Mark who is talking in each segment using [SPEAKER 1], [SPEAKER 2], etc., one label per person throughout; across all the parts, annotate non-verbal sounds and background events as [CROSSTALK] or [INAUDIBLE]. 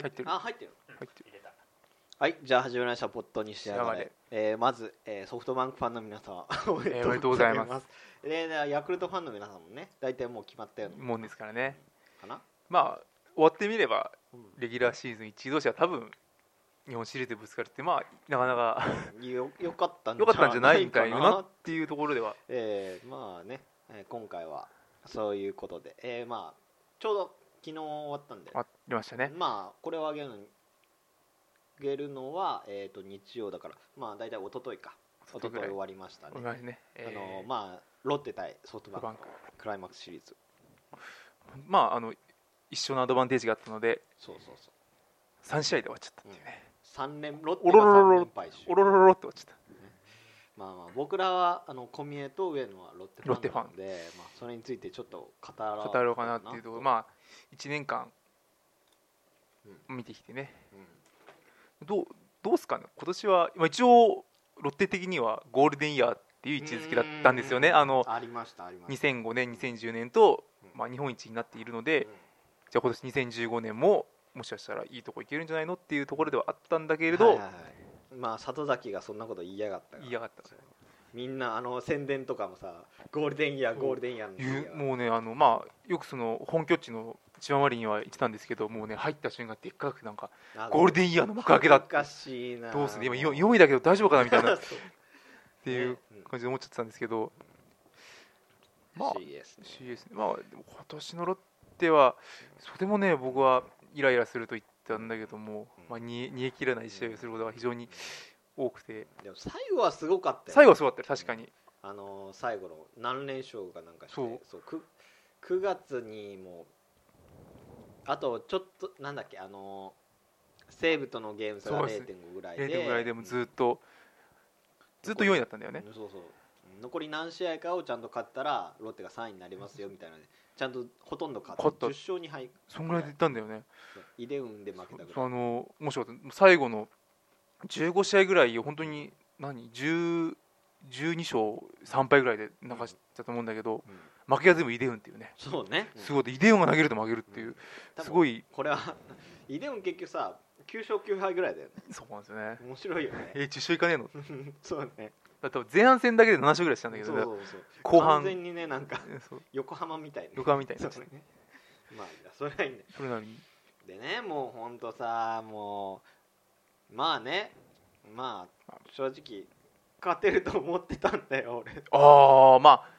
[SPEAKER 1] 入ってる
[SPEAKER 2] あ入ってる
[SPEAKER 1] 入ってる
[SPEAKER 3] 入れた
[SPEAKER 2] はいじゃあ始めましたポットに仕上が
[SPEAKER 1] 仕上が
[SPEAKER 2] れ
[SPEAKER 1] れ
[SPEAKER 2] えーまず、えーソフトバンクファンの皆様おめ
[SPEAKER 1] え [LAUGHS] ーおめでとうございます
[SPEAKER 2] すででヤクルトファンの皆さんもね大体もう決まったような
[SPEAKER 1] もんですからね
[SPEAKER 2] かな、
[SPEAKER 1] まあ終わってみれば
[SPEAKER 2] うん
[SPEAKER 1] レギュラーシーズン1位同士は多分日本シリーズでぶつかるってまあなかなか
[SPEAKER 2] よよかったん
[SPEAKER 1] 良かったんじゃないんだよ
[SPEAKER 2] じゃ
[SPEAKER 1] なっていうところでは
[SPEAKER 2] えーまあね、えー今回はそういうことで、えーまあちょうど昨日終わったんで
[SPEAKER 1] ありましたね
[SPEAKER 2] まあこれをあげるのにあげるのは、えー、と日曜だからまあ大体一昨日か一昨
[SPEAKER 1] ぐ
[SPEAKER 2] 日
[SPEAKER 1] らい
[SPEAKER 2] 終わりましたね
[SPEAKER 1] お願いしますねえ
[SPEAKER 2] あの
[SPEAKER 1] ー
[SPEAKER 2] まあロッテ対ソフトバ
[SPEAKER 1] バ
[SPEAKER 2] ン
[SPEAKER 1] ン
[SPEAKER 2] ク
[SPEAKER 1] ク
[SPEAKER 2] クライマックスシリーズ
[SPEAKER 1] まああの一緒のアドバンテージがあったので
[SPEAKER 2] そうそうそう
[SPEAKER 1] 3試合で終わっちゃったっていうね
[SPEAKER 2] 三連ロッテ
[SPEAKER 1] おろろろ
[SPEAKER 2] が3
[SPEAKER 1] ろ
[SPEAKER 2] 連敗
[SPEAKER 1] お
[SPEAKER 2] 中
[SPEAKER 1] ろろろろって終わっちゃっ
[SPEAKER 2] まあまあ僕らはあの小宮と上野はロッテファンなのでまあそれについてちょっと語ろ
[SPEAKER 1] た
[SPEAKER 2] う
[SPEAKER 1] 語ろうかなっていうところ
[SPEAKER 2] あ、
[SPEAKER 1] まあ1年間
[SPEAKER 2] うん
[SPEAKER 1] 見てきてね
[SPEAKER 2] うん
[SPEAKER 1] どうどうっすかね今年は、まあ、一応ロッテ的にはゴールデンイヤーっていう位置づけだったんですよね
[SPEAKER 2] ううう
[SPEAKER 1] あの
[SPEAKER 2] ありましたありました
[SPEAKER 1] 2005年2010年と、
[SPEAKER 2] うん
[SPEAKER 1] まあ、日本一になっているので、
[SPEAKER 2] うん
[SPEAKER 1] じゃあ今年2015年ももしかしたらいいとこいけるんじゃないのっていうところではあったんだけれど、
[SPEAKER 2] はいはいはいまあ里崎がそんなこと言いやがったから
[SPEAKER 1] 言いやがった
[SPEAKER 2] そうみんなあの宣伝とかもさゴールデンイヤーゴールデンイヤーの
[SPEAKER 1] いう
[SPEAKER 2] う
[SPEAKER 1] もうねあの、まあ、よくその本拠地の千葉マリンには行ってたんですけどもうね入った瞬間でっかくなんかゴール
[SPEAKER 2] ン
[SPEAKER 1] デンイヤーの幕開けだ
[SPEAKER 2] おかしいな
[SPEAKER 1] どうする今4位だけど大丈夫かなみたいなっ
[SPEAKER 2] そう
[SPEAKER 1] ていう
[SPEAKER 2] ねうん
[SPEAKER 1] 感じで思っちゃってたんですけど、まあ
[SPEAKER 2] CS ね
[SPEAKER 1] CS ねまあでも今年のロッテはそれもね僕はイライラすると言ったんだけども、まあ、煮え煮え切らない試合をすることが非常に多くて
[SPEAKER 2] でも最後はすごかったよ
[SPEAKER 1] 最後はすごかったよ確かに
[SPEAKER 2] あの最後の何連勝かなんかして
[SPEAKER 1] そう
[SPEAKER 2] そうく 9, 月にもあとちょっとなんだっけあの西武とのゲーム差
[SPEAKER 1] そう
[SPEAKER 2] が
[SPEAKER 1] です
[SPEAKER 2] 0.5ぐらいで
[SPEAKER 1] 0.5ぐらいでもずっとずっと4位だったんだよね
[SPEAKER 2] うんそうそう残り何試合かをちゃんと勝ったらロッテが3位になりますよみたいなねちゃんとほとんど勝
[SPEAKER 1] 勝
[SPEAKER 2] っ
[SPEAKER 1] ってた
[SPEAKER 2] 10勝2敗
[SPEAKER 1] そんぐらいでいったんだよね
[SPEAKER 2] イデウンで負けたぐ
[SPEAKER 1] そ
[SPEAKER 2] ら
[SPEAKER 1] う
[SPEAKER 2] い
[SPEAKER 1] あのもしかしたら最後の15試合ぐらいを本当に何10 12勝3敗ぐらいで流しちゃったと思うんだけど
[SPEAKER 2] うん
[SPEAKER 1] 負けは全部イデウンっていうね
[SPEAKER 2] そうね
[SPEAKER 1] すごいイデウンが投げると負けるっていう
[SPEAKER 2] 多分
[SPEAKER 1] すごい
[SPEAKER 2] これはイデウン結局さ9勝9敗ぐらいだよね
[SPEAKER 1] そうなんですよね
[SPEAKER 2] 面白いよね
[SPEAKER 1] え10勝いかねえの
[SPEAKER 2] [LAUGHS] そうね
[SPEAKER 1] だって前半戦だけで7勝ぐらいしたんだけ
[SPEAKER 2] そ
[SPEAKER 1] ど
[SPEAKER 2] うそうそう
[SPEAKER 1] 後半
[SPEAKER 2] 完全にねなんか [LAUGHS]
[SPEAKER 1] そう
[SPEAKER 2] 横浜みたいな
[SPEAKER 1] 横浜みたいになっち
[SPEAKER 2] そ
[SPEAKER 1] ゃ
[SPEAKER 2] う
[SPEAKER 1] っ
[SPEAKER 2] ねまあいいやそれはいいんだよ
[SPEAKER 1] たそれなのに
[SPEAKER 2] でねもうほんとさもうまあねまあ正直勝てると思ってたんだよ俺
[SPEAKER 1] ああまあ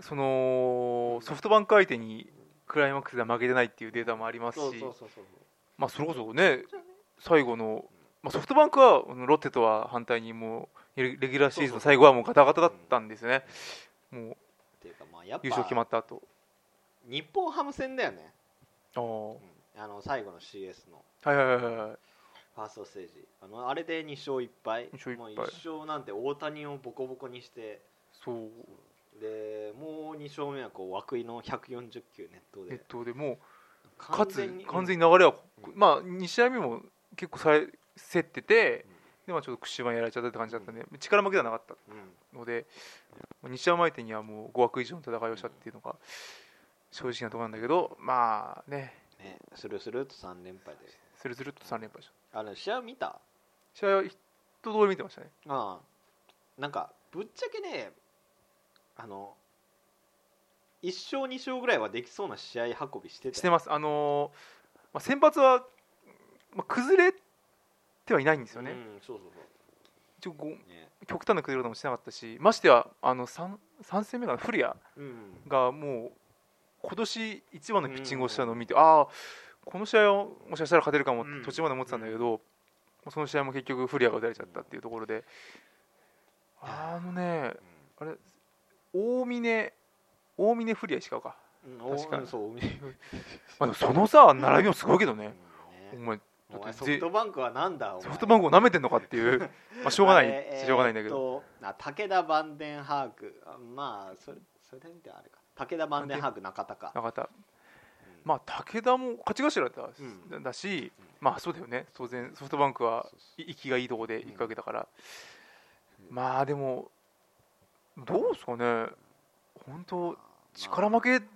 [SPEAKER 1] そのソフトバンク相手にクライマックスでは負けてないっていうデータもありますし
[SPEAKER 2] そうそうそうそう
[SPEAKER 1] まあそれこそね最後の、まあ、ソフトバンクはあのロッテとは反対にもうレレギュラーシリーズの最後はもうガタガタだったんですよねもう
[SPEAKER 2] っていうかまあやっぱ
[SPEAKER 1] 優勝決まった後
[SPEAKER 2] 日本ハム戦だよね、
[SPEAKER 1] あー
[SPEAKER 2] うんあの最後の CS の
[SPEAKER 1] はいはいはいはい
[SPEAKER 2] ファーストステージあのあれで2勝1敗
[SPEAKER 1] 二勝一敗
[SPEAKER 2] もう1勝なんて大谷をボコボコにして
[SPEAKER 1] そう
[SPEAKER 2] でもう2勝目はこう涌井の140球熱投
[SPEAKER 1] 熱
[SPEAKER 2] で
[SPEAKER 1] 投でもう
[SPEAKER 2] 完
[SPEAKER 1] 勝つ
[SPEAKER 2] 全に
[SPEAKER 1] 完全
[SPEAKER 2] に
[SPEAKER 1] に流れは、
[SPEAKER 2] うん
[SPEAKER 1] まあ2試合目も結構さえ競ってて
[SPEAKER 2] うん、
[SPEAKER 1] でまあ、ちょっと串間やられちゃったって感じだったんで、力負けではなかった
[SPEAKER 2] うん、うん
[SPEAKER 1] ので、まあ、西山相手にはもう5枠以上の戦いをしたっていうのが正直なところなんだけど、まあね、
[SPEAKER 2] ね、スルスルっと3連敗で
[SPEAKER 1] スルスルっと3連敗し
[SPEAKER 2] あの試合見た
[SPEAKER 1] た。試合は一通り見てましたね。
[SPEAKER 2] ああなんかぶっちゃけねあの1勝2勝ぐらいはできそうな試合運びしてたよ
[SPEAKER 1] してます、あのーまあ、先発は、まあ、崩れてはいないんですよね、
[SPEAKER 2] うん、そうそうそ
[SPEAKER 1] ちょご
[SPEAKER 2] うね
[SPEAKER 1] 極端な崩れ方もしなかったし、ましてやあの 3, 3戦目かな、古谷
[SPEAKER 2] うん
[SPEAKER 1] がもう今年一番のピッチングをしたのを見て、ああ、この試合をもしかしたら勝てるかもっ
[SPEAKER 2] うん
[SPEAKER 1] て途中まで思ってたんだけど、その試合も結局、古谷が打たれちゃったっていうところで、
[SPEAKER 2] うん
[SPEAKER 1] あのね、大峰、大峰古谷しかか、
[SPEAKER 2] うん、
[SPEAKER 1] 確かに
[SPEAKER 2] おそう、海
[SPEAKER 1] まあ、でもそのさ、並びもすごいけどね、お
[SPEAKER 2] ね
[SPEAKER 1] 前、
[SPEAKER 2] お
[SPEAKER 1] だ
[SPEAKER 2] 前
[SPEAKER 1] って
[SPEAKER 2] ソフトバンクはなんだお前
[SPEAKER 1] ソフトバンクを舐めてんのかっていう、まあ、しょうがない、しょうがないんだけど、
[SPEAKER 2] ど、えーっとあ武田バンデンハークあまあそれそれ見てあれか武田バンデンハーク中田か、
[SPEAKER 1] 中田、
[SPEAKER 2] うん
[SPEAKER 1] まあ、武田も勝ち頭だ,、
[SPEAKER 2] うん
[SPEAKER 1] だし
[SPEAKER 2] うん、
[SPEAKER 1] まあ、そうだよね、当然、ソフトバンクは
[SPEAKER 2] そうそう
[SPEAKER 1] い息がいいとこで行くわけだから、
[SPEAKER 2] うん
[SPEAKER 1] まあでも、どうですかね、本当、力
[SPEAKER 2] ま
[SPEAKER 1] 負け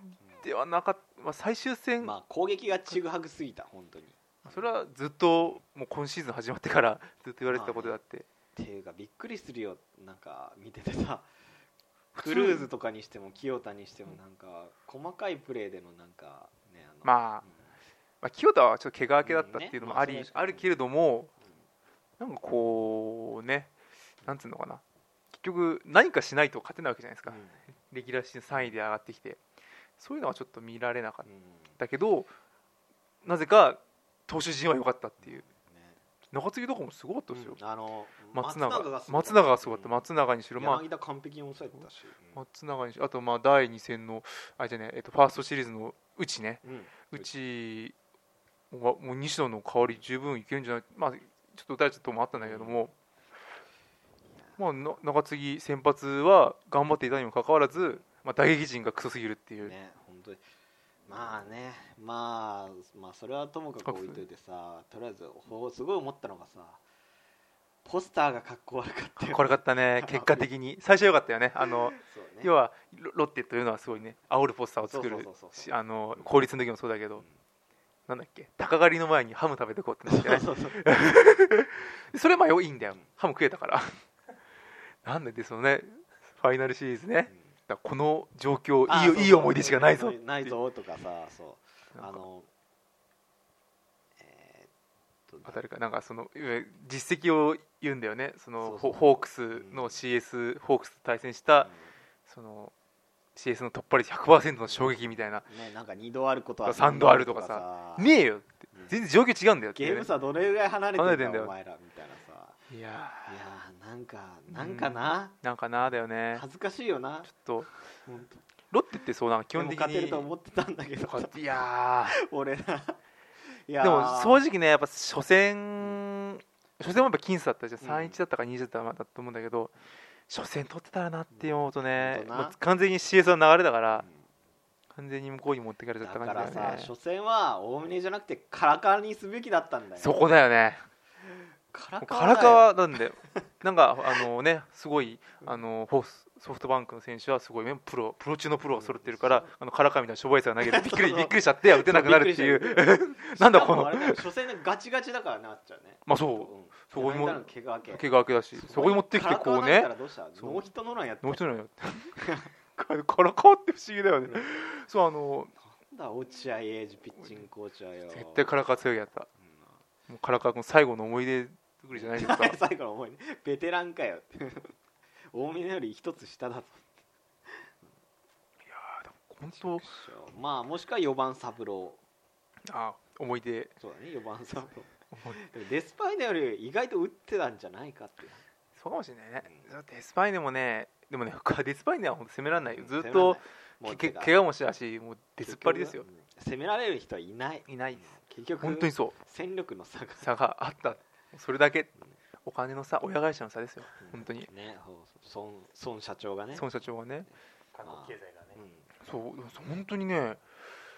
[SPEAKER 1] ではなかった、まあ、最終
[SPEAKER 2] あ
[SPEAKER 1] 戦、
[SPEAKER 2] まあ攻撃がちぐはぐすぎた本当に
[SPEAKER 1] それはずっともう今シーズン始まってから [LAUGHS] ずっと言われてたことだって、
[SPEAKER 2] ていうかびっくりするよなんか見ててさクルーズとかにしても清田にしてもなんか細かいプレーでのなんかねあの
[SPEAKER 1] まあまあ、清田はちょっと怪我明けだったっていうのもあ
[SPEAKER 2] う
[SPEAKER 1] り、
[SPEAKER 2] んねまあそれはしか
[SPEAKER 1] あ、
[SPEAKER 2] ない
[SPEAKER 1] るけれどもなんかこうねなんつうのかな結局何かしないと勝てないわけじゃないです
[SPEAKER 2] う
[SPEAKER 1] か、
[SPEAKER 2] んうん
[SPEAKER 1] レギュラーシーズン3位で上がってきてそういうのはちょっと見られなかっ
[SPEAKER 2] うん
[SPEAKER 1] たけどなぜか投手陣は良かったっていう
[SPEAKER 2] ね
[SPEAKER 1] 中継ぎとかもすごかったですよ、
[SPEAKER 2] うんあの
[SPEAKER 1] 松永
[SPEAKER 2] がすごかった
[SPEAKER 1] 松永がすごかった
[SPEAKER 2] うん
[SPEAKER 1] 松永にしろ、まあ、
[SPEAKER 2] 柳田完璧に抑えてたし、
[SPEAKER 1] 松永にしろあとまあ第2戦のあれじゃねえっとファーストシリーズのうちね
[SPEAKER 2] うんうん
[SPEAKER 1] うちはもう西野の代わり十分いけるんじゃないまあちょっと打たれちゃったとこもあったんだけども、まあ、な中継ぎ先発は頑張っていたにもかかわらず、まあ、打撃陣がクソすぎるっていう、
[SPEAKER 2] ね本当にまあねまあまあそれはともかく置いといてさとりあえずほすごい思ったのがさポスターがかっこ悪かったよ
[SPEAKER 1] これかった
[SPEAKER 2] [LAUGHS]
[SPEAKER 1] ね結果的に最初は良かったよねあの
[SPEAKER 2] そうね
[SPEAKER 1] 要はロロッテというのはすごいね煽るポスターを作
[SPEAKER 2] そう
[SPEAKER 1] る
[SPEAKER 2] そうそうそう
[SPEAKER 1] しあの効率の時もそうだけ
[SPEAKER 2] うん
[SPEAKER 1] どなんだっけ鷹狩りの前にハム食べてこうってなって
[SPEAKER 2] そう
[SPEAKER 1] ね
[SPEAKER 2] [LAUGHS] そうそう
[SPEAKER 1] それまあいいんだよ、
[SPEAKER 2] うん
[SPEAKER 1] ハム食えたから [LAUGHS] なんででそのねファイナルシリーズねだからこの状況
[SPEAKER 2] あ
[SPEAKER 1] いい
[SPEAKER 2] そ
[SPEAKER 1] よ
[SPEAKER 2] うそう
[SPEAKER 1] いい思い出しかないぞって
[SPEAKER 2] ないぞとかさそう
[SPEAKER 1] な
[SPEAKER 2] あ
[SPEAKER 1] んか
[SPEAKER 2] のえーっ
[SPEAKER 1] 当
[SPEAKER 2] と
[SPEAKER 1] たるかなんかそのいわゆる実績を言うんだよねその
[SPEAKER 2] そうそう
[SPEAKER 1] ホホークスの CS ホークスと対戦した、その CS の突破率100%の衝撃みたいな
[SPEAKER 2] うんねなんか二度あることは
[SPEAKER 1] 三度あるとかさねえよって
[SPEAKER 2] うん
[SPEAKER 1] 全然状況違うんだよってい
[SPEAKER 2] ゲ
[SPEAKER 1] う
[SPEAKER 2] ー
[SPEAKER 1] ね、
[SPEAKER 2] ム差どれぐらい離れて
[SPEAKER 1] 離
[SPEAKER 2] る
[SPEAKER 1] れてんだよ
[SPEAKER 2] お前らみたいなさ
[SPEAKER 1] いや
[SPEAKER 2] いやーなんかなんかな、
[SPEAKER 1] ーなんかなだよね
[SPEAKER 2] 恥ずかしいよな
[SPEAKER 1] ちょっと
[SPEAKER 2] 本当
[SPEAKER 1] ロッテってそうなんか基
[SPEAKER 2] で
[SPEAKER 1] 本
[SPEAKER 2] も
[SPEAKER 1] 的
[SPEAKER 2] 勝てる
[SPEAKER 1] に
[SPEAKER 2] と思ってたんだけど
[SPEAKER 1] いや
[SPEAKER 2] 俺ないやー
[SPEAKER 1] ーでも正直ねやっぱ初戦初戦もやっぱ僅差だったじゃん
[SPEAKER 2] うん
[SPEAKER 1] 3-1だったか2-1だったかだと思うんだけど初戦取ってたらなって思うとね
[SPEAKER 2] うん本当な
[SPEAKER 1] もう完全に CS の流れだから
[SPEAKER 2] う
[SPEAKER 1] 完全に向こうに持ってかれ
[SPEAKER 2] ん
[SPEAKER 1] ちゃ
[SPEAKER 2] だ
[SPEAKER 1] った
[SPEAKER 2] か
[SPEAKER 1] 感じだ
[SPEAKER 2] ら
[SPEAKER 1] よ
[SPEAKER 2] さ、
[SPEAKER 1] ね
[SPEAKER 2] 初戦は大峰じゃなくてカラカラにすべきだったんだよ
[SPEAKER 1] そこだよね
[SPEAKER 2] カラカ
[SPEAKER 1] カ
[SPEAKER 2] ラ
[SPEAKER 1] ラ
[SPEAKER 2] だ
[SPEAKER 1] カ
[SPEAKER 2] よ
[SPEAKER 1] はな
[SPEAKER 2] [LAUGHS]
[SPEAKER 1] んだよなんかあのねすごいあのホスソフトバンクの選手はすごいねプロプロ中のプロが揃ってるからあのカラカみたいな諸バイスが投げてびっく
[SPEAKER 2] そ [LAUGHS]
[SPEAKER 1] り
[SPEAKER 2] う
[SPEAKER 1] びっくりしちゃって打てなくなるっていう
[SPEAKER 2] びっ
[SPEAKER 1] なんだこ
[SPEAKER 2] しかもあ
[SPEAKER 1] の
[SPEAKER 2] れだよ初戦でガチガチだからなっちゃうね
[SPEAKER 1] [LAUGHS] まあそう
[SPEAKER 2] うん
[SPEAKER 1] そこにも
[SPEAKER 2] 柳田の怪我明け
[SPEAKER 1] 毛が明けだしそこに持ってきてこうね
[SPEAKER 2] カラカラだったらどうした
[SPEAKER 1] そう
[SPEAKER 2] ノーヒットノーランやった
[SPEAKER 1] もう一人 [LAUGHS] のよからかわって不思議だよね、
[SPEAKER 2] うん
[SPEAKER 1] [LAUGHS] そうあの
[SPEAKER 2] なんだ落合英二ピッチングコーチはよ
[SPEAKER 1] 絶対からか強いやった
[SPEAKER 2] うん
[SPEAKER 1] もうからか君最後の思い出作りじゃ [LAUGHS] ないけどさ
[SPEAKER 2] [LAUGHS] 最後の思いねベテランかよ [LAUGHS] って大峰より一つ下だぞ
[SPEAKER 1] 本当
[SPEAKER 2] まあもしくは4番三郎
[SPEAKER 1] あ思い出
[SPEAKER 2] そうだね4番三郎
[SPEAKER 1] 思い
[SPEAKER 2] でもデスパイネより意外と打ってたんじゃないかっていう
[SPEAKER 1] そうかもしれないね
[SPEAKER 2] う、ん
[SPEAKER 1] だってデスパイネもねでもね僕はデスパイネは本当攻められないよ [LAUGHS] ず
[SPEAKER 2] 攻
[SPEAKER 1] っ
[SPEAKER 2] められ
[SPEAKER 1] と
[SPEAKER 2] ないもう
[SPEAKER 1] け
[SPEAKER 2] て
[SPEAKER 1] け
[SPEAKER 2] か
[SPEAKER 1] 怪我もしたしもう出ずっぱりですよ
[SPEAKER 2] 結局はうん攻められる人はいない
[SPEAKER 1] いないです
[SPEAKER 2] 結局
[SPEAKER 1] 本当にそう
[SPEAKER 2] 戦力の差が
[SPEAKER 1] 差があったそれだけお金の差親会社の差ですよ本当に
[SPEAKER 2] ねそう孫孫社長がね
[SPEAKER 1] 孫社長はね
[SPEAKER 3] 韓国経済がね、
[SPEAKER 2] う
[SPEAKER 1] そう本当にね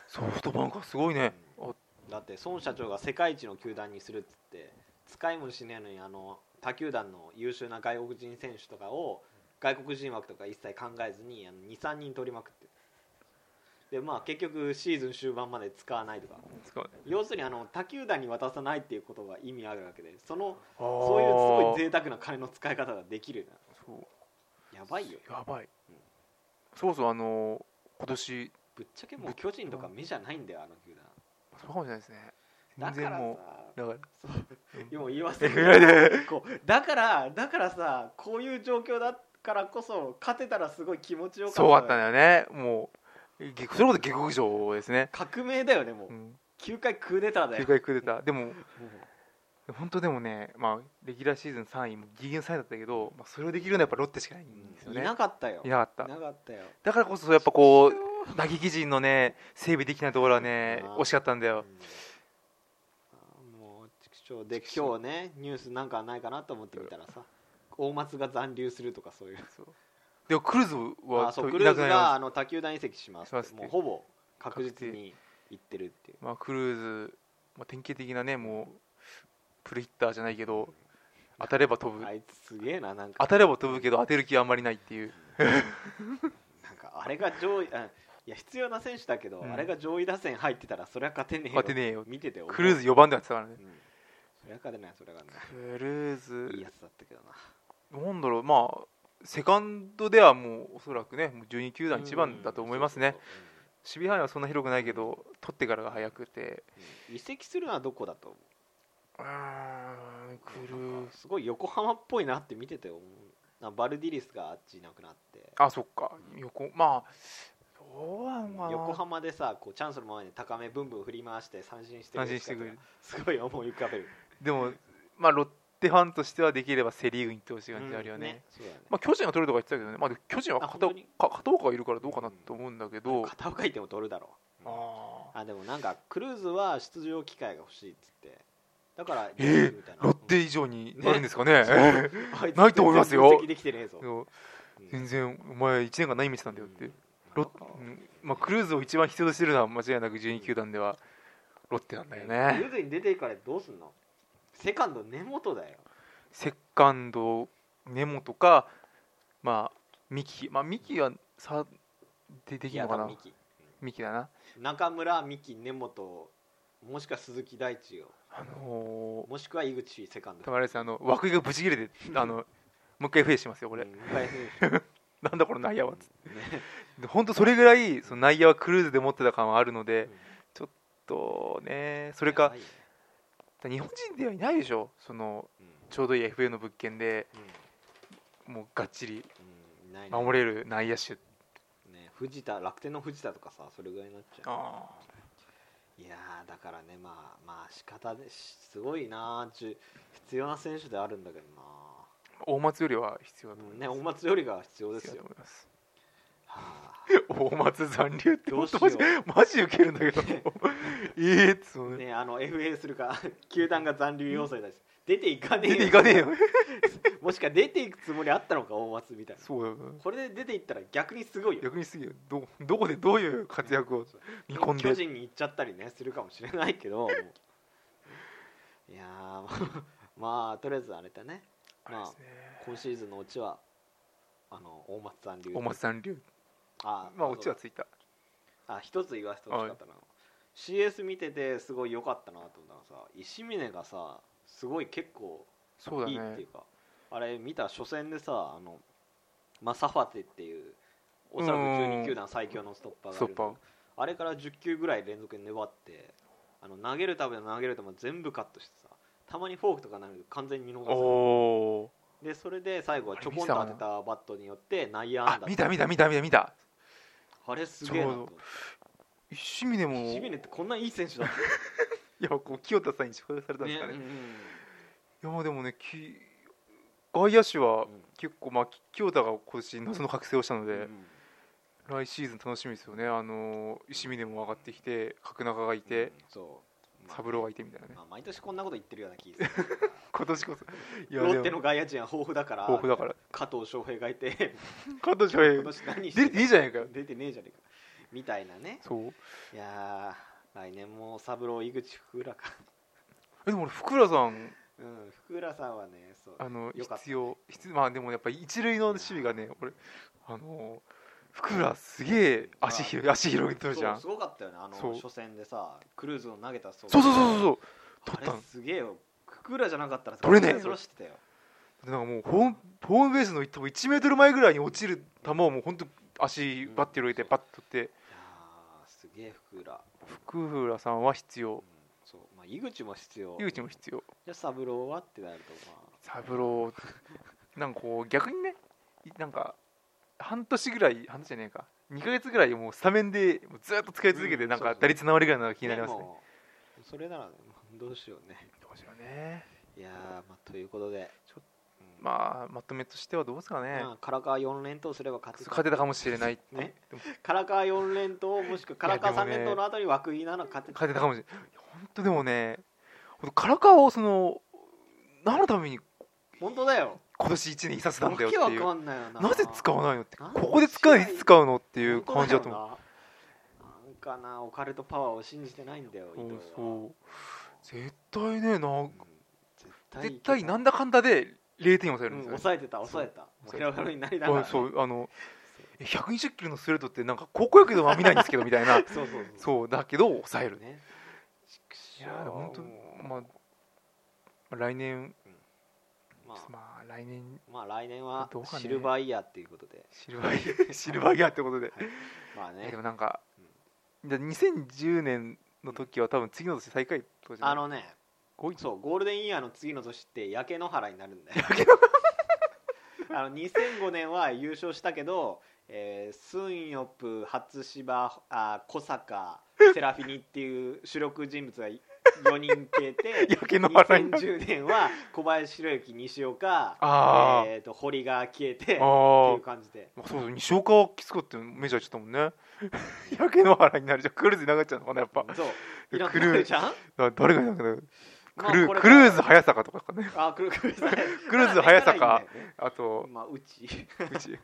[SPEAKER 1] ソフトバンクはすごいねあ
[SPEAKER 2] んだって孫社長が世界一の球団にするっつって使いもしねえのにあの他球団の優秀な外国人選手とかを外国人枠とか一切考えずに23人取りまくってでまあ結局シーズン終盤まで使わないとか
[SPEAKER 1] すごい
[SPEAKER 2] 要するにあの他球団に渡さないっていうことが意味あるわけでその
[SPEAKER 1] そ
[SPEAKER 2] そういうすごい贅沢な金の使い方ができるよ
[SPEAKER 1] そう
[SPEAKER 2] うなやばいよ
[SPEAKER 1] やばい、
[SPEAKER 2] うん
[SPEAKER 1] そうそうあの今年
[SPEAKER 2] ぶっちゃけもう巨人とか目じゃないんだよあの球団
[SPEAKER 1] そうかもしれないですね
[SPEAKER 2] だか
[SPEAKER 1] 全
[SPEAKER 2] ら
[SPEAKER 1] 然
[SPEAKER 2] さ
[SPEAKER 1] もう
[SPEAKER 2] [LAUGHS]
[SPEAKER 1] だから
[SPEAKER 2] そう
[SPEAKER 1] うん
[SPEAKER 2] 今言わせ
[SPEAKER 1] え
[SPEAKER 2] て
[SPEAKER 1] ぐら [LAUGHS] いで
[SPEAKER 2] こうだからだからさこういう状況だからこそ勝てたらすごい気持ちよかった
[SPEAKER 1] そう
[SPEAKER 2] の
[SPEAKER 1] だ
[SPEAKER 2] よ
[SPEAKER 1] ったんだよねもうぎそれこそ下克上ですね、
[SPEAKER 2] 革命だよねもう、
[SPEAKER 1] うん、
[SPEAKER 2] 9回クーデターだよ
[SPEAKER 1] 9回クーデターでも
[SPEAKER 2] も
[SPEAKER 1] 本当でもね、まあ、レギュラーシーズン3位もギリギリの3位だったけど、まあ、それをできるのはやっぱロッテしかないんです
[SPEAKER 2] う
[SPEAKER 1] よ
[SPEAKER 2] い
[SPEAKER 1] ね
[SPEAKER 2] なかったよ
[SPEAKER 1] いなかった
[SPEAKER 2] いなかったよ
[SPEAKER 1] だからこそやっぱこう打撃陣のね整備できないところはね
[SPEAKER 2] あー
[SPEAKER 1] 惜しかったんだよ
[SPEAKER 2] うんもう畜生で今日ねニュースなんかないかなと思ってみたらさ大松が残留するとかそういう
[SPEAKER 1] そうでもクルーズは
[SPEAKER 2] あそう
[SPEAKER 1] と
[SPEAKER 2] ク
[SPEAKER 1] い
[SPEAKER 2] ルー
[SPEAKER 1] な
[SPEAKER 2] ズ
[SPEAKER 1] くなりま
[SPEAKER 2] が
[SPEAKER 1] し
[SPEAKER 2] あの他球団移籍します
[SPEAKER 1] しますって
[SPEAKER 2] もうほぼ確実に行ってるっていう
[SPEAKER 1] た、まあ、クルーズ、まあ、典型的なねもうプルヒッターじゃないけど当たれば飛ぶ
[SPEAKER 2] あいつすげえななんか
[SPEAKER 1] 当たれば飛ぶけど当てる気はあんまりないっていう
[SPEAKER 2] なんかあれが上位あいや必要な選手だけど、
[SPEAKER 1] うん
[SPEAKER 2] あれが上位打線入ってたらそれは勝てねえよ
[SPEAKER 1] 勝てねえよ
[SPEAKER 2] 見てて思う
[SPEAKER 1] クルーズ4番でやってたからね
[SPEAKER 2] うんそれは勝てないそれは勝てな
[SPEAKER 1] クルー
[SPEAKER 2] いいい
[SPEAKER 1] ズ
[SPEAKER 2] やつだったけどな
[SPEAKER 1] なんだろうまあセカンドではもうおそらくねもう12球団一番だと思いますね、
[SPEAKER 2] うんそうそうそう
[SPEAKER 1] 守備範囲はそんな広くないけど取ってからが早くて
[SPEAKER 2] うん移籍するのはどこだと思う
[SPEAKER 1] うーんクル
[SPEAKER 2] なん
[SPEAKER 1] ー
[SPEAKER 2] か
[SPEAKER 1] ズ
[SPEAKER 2] すごい横浜っぽいなって見てて思うなんかバルディリスがあっちいなくなって
[SPEAKER 1] あそっか横まあどうなのかな
[SPEAKER 2] 横浜でさこうチャンスのままに高めブンブン振り回して三振して
[SPEAKER 1] 安心してくれる
[SPEAKER 2] すごい思い浮かべる
[SPEAKER 1] でもまあロッテファンとしてはできればセ・リーグに行ってほしい感じあるよね,、
[SPEAKER 2] うんそうだよね
[SPEAKER 1] まあ、巨人が取るとか言ってたけどね、まあ、でも巨人は
[SPEAKER 2] あ
[SPEAKER 1] 片
[SPEAKER 2] 本当に
[SPEAKER 1] か片岡がいるからどうかなと思うんだけど、
[SPEAKER 2] 片岡いても取るだろう
[SPEAKER 1] あー
[SPEAKER 2] あでもなんかクルーズは出場機会が欲しいっつってだから
[SPEAKER 1] えー
[SPEAKER 2] みたいな
[SPEAKER 1] ロッテ以上になるんですかね
[SPEAKER 2] そう
[SPEAKER 1] [LAUGHS] ないと思いますよ
[SPEAKER 2] あつ全然分析できてねえ
[SPEAKER 1] [LAUGHS]
[SPEAKER 2] ぞ、
[SPEAKER 1] そう
[SPEAKER 2] うん
[SPEAKER 1] 全然お前1年間何見てたんだよって、
[SPEAKER 2] うん
[SPEAKER 1] ロッうんまあ、クルーズを一番必要としてるのは間違いなく12球団ではロッテなんだよ
[SPEAKER 2] クル
[SPEAKER 1] ね
[SPEAKER 2] ーズに出ていからどうすんのセカンド根元だよ
[SPEAKER 1] セカンド根本かまあミキまあミキはさでできるのか
[SPEAKER 2] いや多
[SPEAKER 1] な
[SPEAKER 2] 分ミキ
[SPEAKER 1] ミキだな
[SPEAKER 2] 中村三木根本もしくは鈴木大地を
[SPEAKER 1] あのー
[SPEAKER 2] もしくは井口セカン
[SPEAKER 1] 多
[SPEAKER 2] ド
[SPEAKER 1] 分あれですよあの枠がブチ切れてあのもう一回増えしますよこれ、
[SPEAKER 2] うん大変
[SPEAKER 1] なんだこの内野はっつっ
[SPEAKER 2] ね
[SPEAKER 1] て本当それぐらいその内野はクルーズで持ってた感はあるの [LAUGHS]
[SPEAKER 2] う
[SPEAKER 1] で
[SPEAKER 2] ん
[SPEAKER 1] とねそ
[SPEAKER 2] そ
[SPEAKER 1] れか日本人ではいないでしょその
[SPEAKER 2] うん
[SPEAKER 1] ちょうどいい FA の物件で
[SPEAKER 2] う
[SPEAKER 1] もうがっちり
[SPEAKER 2] んうんないね
[SPEAKER 1] 守れる内野手
[SPEAKER 2] ね藤田楽天の藤田とかさそれぐらいになっちゃ
[SPEAKER 1] あ
[SPEAKER 2] ういやーだからねまあまあ仕方ですごいなーじ必要な選手であるんだけどな
[SPEAKER 1] ー大松よりは必要だと思
[SPEAKER 2] う
[SPEAKER 1] い
[SPEAKER 2] ん
[SPEAKER 1] ます、
[SPEAKER 2] ね大松よりが必要で
[SPEAKER 1] 必
[SPEAKER 2] す
[SPEAKER 1] 要
[SPEAKER 2] よ
[SPEAKER 1] だと思います
[SPEAKER 2] は
[SPEAKER 1] 大松残留って
[SPEAKER 2] どうしよう
[SPEAKER 1] 本当マジマジウケるんだ
[SPEAKER 2] [LAUGHS]
[SPEAKER 1] けどええっつう
[SPEAKER 2] あ
[SPEAKER 1] のね
[SPEAKER 2] ねあの FA するか [LAUGHS] 球団が残留要塞だし出ていかねえ
[SPEAKER 1] 出
[SPEAKER 2] よ
[SPEAKER 1] ていかねえよ
[SPEAKER 2] もしか出ていくつもりあったのか大松みたいな
[SPEAKER 1] そうだよな
[SPEAKER 2] これで出ていったら逆にすごいよ
[SPEAKER 1] 逆にすぎるどどこでどういう活躍を見込ん
[SPEAKER 2] 巨
[SPEAKER 1] で
[SPEAKER 2] 人に行っちゃったりねするかもしれないけ
[SPEAKER 1] [LAUGHS]
[SPEAKER 2] どもういやー [LAUGHS] まあまあとりあえずあれだね
[SPEAKER 1] あれですね
[SPEAKER 2] 今シーズンのオチはあの大松さん流
[SPEAKER 1] 大松残留
[SPEAKER 2] あ
[SPEAKER 1] まあオチは
[SPEAKER 2] そう
[SPEAKER 1] ついた
[SPEAKER 2] だあ一つ言わせてほしかったな、CS 見ててすごい良かったなと思ったのがさ石峰がさすごい結構
[SPEAKER 1] そうだ
[SPEAKER 2] いいってい
[SPEAKER 1] ね
[SPEAKER 2] うかあれ見た初戦でさあのマサファテっていうおそらく12球団最強のストッパーがいるんだけど
[SPEAKER 1] ストッ
[SPEAKER 2] あれから10球ぐらい連続で粘ってあの投げるための投げる球全部カットしてさたまにフォークとか投げると完全に見逃
[SPEAKER 1] お
[SPEAKER 2] す
[SPEAKER 1] お
[SPEAKER 2] でそれで最後はちょこんと当てたバットによって内野
[SPEAKER 1] ーあ
[SPEAKER 2] 安打
[SPEAKER 1] 見た見た見た見た見た
[SPEAKER 2] あれすげえなと思って
[SPEAKER 1] 石峰も
[SPEAKER 2] シビ
[SPEAKER 1] い
[SPEAKER 2] ネってこんないい選手だっ
[SPEAKER 1] やこう清田さんに紹介され
[SPEAKER 2] た
[SPEAKER 1] たん
[SPEAKER 2] ん
[SPEAKER 1] で
[SPEAKER 2] ですす
[SPEAKER 1] か
[SPEAKER 2] か
[SPEAKER 1] ね
[SPEAKER 2] ね
[SPEAKER 1] いやまあでもねき外野手は
[SPEAKER 2] うん
[SPEAKER 1] 結構まあき清田が今年謎の覚醒をしたので、
[SPEAKER 2] うん
[SPEAKER 1] 来シーズン楽しみですよねあのー石峰も上がってきて角中がいて、
[SPEAKER 2] うんそう
[SPEAKER 1] 三郎がいてみたいなね
[SPEAKER 2] まあ毎年こんなこと言ってるような気がする
[SPEAKER 1] 今年こそい
[SPEAKER 2] ロッテ
[SPEAKER 1] でも
[SPEAKER 2] の外野陣は豊富だから
[SPEAKER 1] 豊富だから
[SPEAKER 2] 加藤翔平がい
[SPEAKER 1] [LAUGHS]
[SPEAKER 2] て
[SPEAKER 1] 加藤翔
[SPEAKER 2] 今
[SPEAKER 1] 平
[SPEAKER 2] 年何して
[SPEAKER 1] 出ていいじゃないか
[SPEAKER 2] ん出てねえじゃねえかみたいなね
[SPEAKER 1] そう
[SPEAKER 2] いやー来年も三郎井口福浦か
[SPEAKER 1] えでも俺福浦さん
[SPEAKER 2] うん福浦さんはねそう
[SPEAKER 1] あの
[SPEAKER 2] よかった
[SPEAKER 1] 必要必まあでもやっぱり一塁の守備がね俺あのー福浦すげえ足広い足広げてるじゃ
[SPEAKER 2] そう
[SPEAKER 1] ん
[SPEAKER 2] す
[SPEAKER 1] そう
[SPEAKER 2] ごかったよねあの
[SPEAKER 1] そう
[SPEAKER 2] 初戦でさクルーズの投げたそう
[SPEAKER 1] そうそうそうそう取った
[SPEAKER 2] あ
[SPEAKER 1] の
[SPEAKER 2] れすげえよ福浦じゃなかったらさ
[SPEAKER 1] 取れねえよ
[SPEAKER 2] それしてたよ
[SPEAKER 1] なんかもうホームホームベースの多分1メートル前ぐらいに落ちる球をもう本当足バッて広げてバッと取って
[SPEAKER 2] いやーすげえ福浦、
[SPEAKER 1] 福浦さんは必
[SPEAKER 2] うん
[SPEAKER 1] 要
[SPEAKER 2] そうまあ、井口も必要
[SPEAKER 1] 井口も必要
[SPEAKER 2] じゃあ三郎はってなるとまあ
[SPEAKER 1] 三郎なんかこう逆にねいなんか半年ぐらい半年じゃねえか2か月ぐらいもうスタメンでもうずっと使い続け
[SPEAKER 2] う
[SPEAKER 1] て
[SPEAKER 2] ん
[SPEAKER 1] なん
[SPEAKER 2] そう
[SPEAKER 1] か
[SPEAKER 2] そう
[SPEAKER 1] 打率何割ぐらいなのか気になりますね
[SPEAKER 2] でもそれならね、まあどうしようね
[SPEAKER 1] どうしようね
[SPEAKER 2] いやー、まあ、ということで
[SPEAKER 1] ちょ
[SPEAKER 2] うん
[SPEAKER 1] まあまとめとしてはどうですかね
[SPEAKER 2] まあ、唐川4連投すれば勝てた
[SPEAKER 1] 勝てたかもしれない
[SPEAKER 2] ね
[SPEAKER 1] でも
[SPEAKER 2] 唐川4連投もしくは唐川
[SPEAKER 1] いやでも
[SPEAKER 2] 3
[SPEAKER 1] ね
[SPEAKER 2] 連投の後に涌井なら勝てた
[SPEAKER 1] 勝てたかもしれない本当でもね本当唐川をその何のために
[SPEAKER 2] 本当だよ
[SPEAKER 1] 今年1年いさせたん
[SPEAKER 2] わ
[SPEAKER 1] だよっ
[SPEAKER 2] け
[SPEAKER 1] て
[SPEAKER 2] わ
[SPEAKER 1] いう
[SPEAKER 2] かんないよな
[SPEAKER 1] なぜ使わないのって
[SPEAKER 2] な
[SPEAKER 1] こ
[SPEAKER 2] んで
[SPEAKER 1] こで使うのいつ使うのっていう感じだと思う
[SPEAKER 2] 思うなんかなオカルトパワーを信じてないんだよ伊
[SPEAKER 1] そう
[SPEAKER 2] 藤は
[SPEAKER 1] そう絶対ねな
[SPEAKER 2] うん絶対
[SPEAKER 1] 絶対なん
[SPEAKER 2] で
[SPEAKER 1] だかんだで0点抑えるんですよ、ね
[SPEAKER 2] 抑えてた抑えた
[SPEAKER 1] そう
[SPEAKER 2] ヘロヘロになりなが
[SPEAKER 1] あ
[SPEAKER 2] ら
[SPEAKER 1] そうあのえ120キロのストレートってなんか高校野球でもあんま見ないんですけどみたいな
[SPEAKER 2] [LAUGHS] そうそうそう
[SPEAKER 1] そうだけど抑えるね
[SPEAKER 2] ねちくし
[SPEAKER 1] い
[SPEAKER 2] ょ
[SPEAKER 1] やー本当に
[SPEAKER 2] もう
[SPEAKER 1] まあ来年
[SPEAKER 2] まあ
[SPEAKER 1] まあ来年
[SPEAKER 2] まあ来年は
[SPEAKER 1] どうかね
[SPEAKER 2] シルバーイヤーっていうことで、
[SPEAKER 1] シルバーギアシルバーギアってことで、
[SPEAKER 2] まあ
[SPEAKER 1] いや
[SPEAKER 2] ね
[SPEAKER 1] でもなんかで2010年の時は多分次の年最下位とかじゃない
[SPEAKER 2] あのね
[SPEAKER 1] 5位
[SPEAKER 2] そうゴールデンイヤーの次の年って焼け野原になるんだよ [LAUGHS] あの2005年は優勝したけど、えースンヨプ初芝あ小坂セラフィニっていう主力人物が4人消えて
[SPEAKER 1] [LAUGHS] 焼け野原になる
[SPEAKER 2] 2010年は小林宏之西岡
[SPEAKER 1] あー
[SPEAKER 2] えー、と堀が消えてってい
[SPEAKER 1] あー
[SPEAKER 2] う感じで
[SPEAKER 1] まあそうそう西岡はきつかってメジャーちょっともんね [LAUGHS] 焼け野原になるじゃんクルーズになっちゃうのかなやっぱ
[SPEAKER 2] そう
[SPEAKER 1] ク
[SPEAKER 2] い
[SPEAKER 1] ル
[SPEAKER 2] なくなる
[SPEAKER 1] ー
[SPEAKER 2] じゃん
[SPEAKER 1] あ誰がいなくなる
[SPEAKER 2] まあ
[SPEAKER 1] クル
[SPEAKER 2] こ
[SPEAKER 1] ー
[SPEAKER 2] れ
[SPEAKER 1] クルーズ早坂とかかね
[SPEAKER 2] あクルクルーズ
[SPEAKER 1] クルーズ早坂
[SPEAKER 2] まあねいいんだよね
[SPEAKER 1] あと
[SPEAKER 2] まあうち
[SPEAKER 1] う [LAUGHS] ち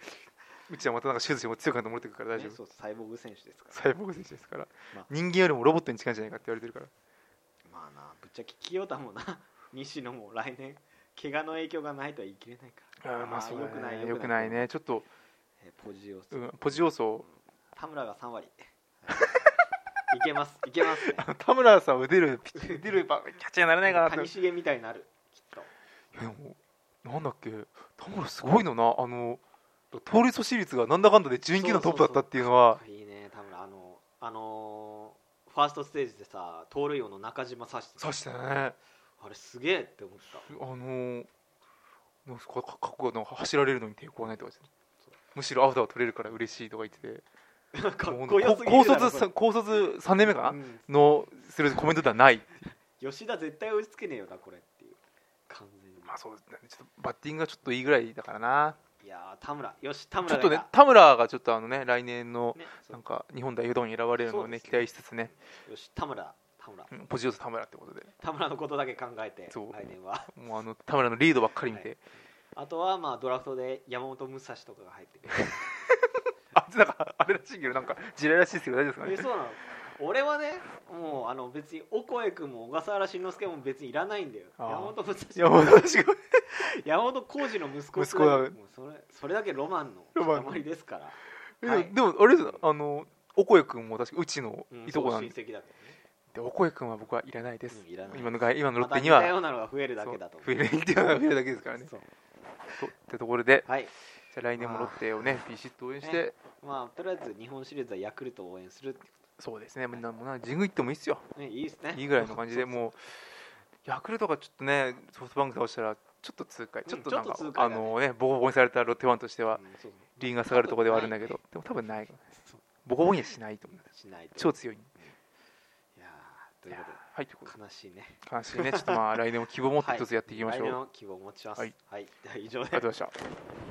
[SPEAKER 1] うちはまたなんか手術しても強くなって戻ってくるから大丈
[SPEAKER 2] ね
[SPEAKER 1] 夫
[SPEAKER 2] そうサイボーグ選手ですから
[SPEAKER 1] サイボーグ選手ですから、
[SPEAKER 2] まあ
[SPEAKER 1] 人間よりもロボットに近いんじゃないかって言われてるから
[SPEAKER 2] まあなぶっちゃけ清田もな [LAUGHS] 西野も来年怪我の影響がないとは言い切れないから
[SPEAKER 1] あーまあそうだ
[SPEAKER 2] よくない
[SPEAKER 1] ねよくないねちょっと、
[SPEAKER 2] えーポジを、
[SPEAKER 1] うん、ポジ要素
[SPEAKER 2] 田村が3割
[SPEAKER 1] [LAUGHS]
[SPEAKER 2] いけますいけますね
[SPEAKER 1] あの [LAUGHS] 田村さんを打て [LAUGHS] るピッチ打てるバキャッチャーに [LAUGHS] なれないかなって
[SPEAKER 2] 谷繁みたいになるきっと
[SPEAKER 1] いやでもなんだっけ田村すごいのなあの盗塁阻止率がなんだかんだで準球のトップだったっていうのは
[SPEAKER 2] あいいね田村あのあのーファーストステージでさ盗塁王の中島さしてた
[SPEAKER 1] 刺してね
[SPEAKER 2] あれすげえって思
[SPEAKER 1] [LAUGHS]
[SPEAKER 2] った
[SPEAKER 1] あのーなんかか過去の走られるのに抵抗はないとか言ってたむしろアウターを取れるから嬉しいとか言ってて
[SPEAKER 2] かっ
[SPEAKER 1] もう
[SPEAKER 2] こよすぎ
[SPEAKER 1] 高
[SPEAKER 2] るだろ
[SPEAKER 1] 卒
[SPEAKER 2] それ
[SPEAKER 1] さ高卒3年目かな、
[SPEAKER 2] うん
[SPEAKER 1] のするコメントではない
[SPEAKER 2] 吉田絶対追いつけねえよなこれっていう完全に、
[SPEAKER 1] まあそうですねちょっとバッティングがちょっといいぐらいだからない
[SPEAKER 2] やー田村よし田
[SPEAKER 1] ち
[SPEAKER 2] 村
[SPEAKER 1] ょっ
[SPEAKER 2] が
[SPEAKER 1] と
[SPEAKER 2] い
[SPEAKER 1] ね
[SPEAKER 2] た
[SPEAKER 1] 田村がちょっとあのね来年の
[SPEAKER 2] ねそう
[SPEAKER 1] なんか日本代表とかに選ばれるのをね
[SPEAKER 2] そうです
[SPEAKER 1] 期
[SPEAKER 2] ね
[SPEAKER 1] 待しつつね
[SPEAKER 2] よし田村田村
[SPEAKER 1] うんポジオス田村ってことで
[SPEAKER 2] 田村のことだけ考えて
[SPEAKER 1] そう
[SPEAKER 2] 来年は
[SPEAKER 1] もうあの田村のリードばっかり見て、
[SPEAKER 2] あとはまあドラフトで山本武蔵とかが入ってく
[SPEAKER 1] あなんかあれらしいけどなんか地雷らしいですけど大丈夫
[SPEAKER 2] る
[SPEAKER 1] で
[SPEAKER 2] え
[SPEAKER 1] すか
[SPEAKER 2] そう
[SPEAKER 1] ね
[SPEAKER 2] なの俺はねもうあの別にオコエ君も小笠原慎之介も別にいらないんだよ
[SPEAKER 1] あー
[SPEAKER 2] 山本武蔵
[SPEAKER 1] いやもう確かに
[SPEAKER 2] 山本浩二の息子
[SPEAKER 1] 息子だ
[SPEAKER 2] もうそれそれだけロマン
[SPEAKER 1] ロマン
[SPEAKER 2] の塊ですから、
[SPEAKER 1] え
[SPEAKER 2] はい
[SPEAKER 1] でもでもあれですあのおこえくんも確かうちの
[SPEAKER 2] うん
[SPEAKER 1] いとこなん
[SPEAKER 2] そう
[SPEAKER 1] で
[SPEAKER 2] 親戚だけどね
[SPEAKER 1] でおこえくんは僕はいらないです、
[SPEAKER 2] うんいらない
[SPEAKER 1] 今のが今のロ
[SPEAKER 2] また
[SPEAKER 1] ッテに
[SPEAKER 2] 似た
[SPEAKER 1] は
[SPEAKER 2] ようなのが増えるだ
[SPEAKER 1] そ
[SPEAKER 2] け
[SPEAKER 1] う
[SPEAKER 2] だと思
[SPEAKER 1] 増
[SPEAKER 2] う
[SPEAKER 1] えるっていうのは増えるだけですからね
[SPEAKER 2] そう
[SPEAKER 1] とってところで
[SPEAKER 2] はい
[SPEAKER 1] じゃあ来年もロッテをねビシッと応援して、
[SPEAKER 2] ねまあとりあえず日本シリーズはヤクルトを応援するって
[SPEAKER 1] そうですねもうなもうな神宮行ってもいいっすよ
[SPEAKER 2] ねいいですね
[SPEAKER 1] いいぐらいの感じでもうヤクルトがちょっとねソフトバンク倒したらちょっと痛快
[SPEAKER 2] うん
[SPEAKER 1] ちょっとなんか、
[SPEAKER 2] ちょっと痛
[SPEAKER 1] あ
[SPEAKER 2] 快だね
[SPEAKER 1] のねボコボコにされたロッテファンとしては
[SPEAKER 2] うんそう
[SPEAKER 1] リーンが下がるところではあるんだけどでも多分ない
[SPEAKER 2] そう
[SPEAKER 1] ボコボコにはしないと思う
[SPEAKER 2] しないと
[SPEAKER 1] 超強い
[SPEAKER 2] いやーということで
[SPEAKER 1] はいということで
[SPEAKER 2] 悲しいね。
[SPEAKER 1] 悲しいねちょっとまあ来年も希望を持って一つやっていきましょう、
[SPEAKER 2] 来年
[SPEAKER 1] あ
[SPEAKER 2] の希望を持ちます。
[SPEAKER 1] は
[SPEAKER 2] はいい、では以上 [LAUGHS]
[SPEAKER 1] り
[SPEAKER 2] で
[SPEAKER 1] がとうございました
[SPEAKER 2] す。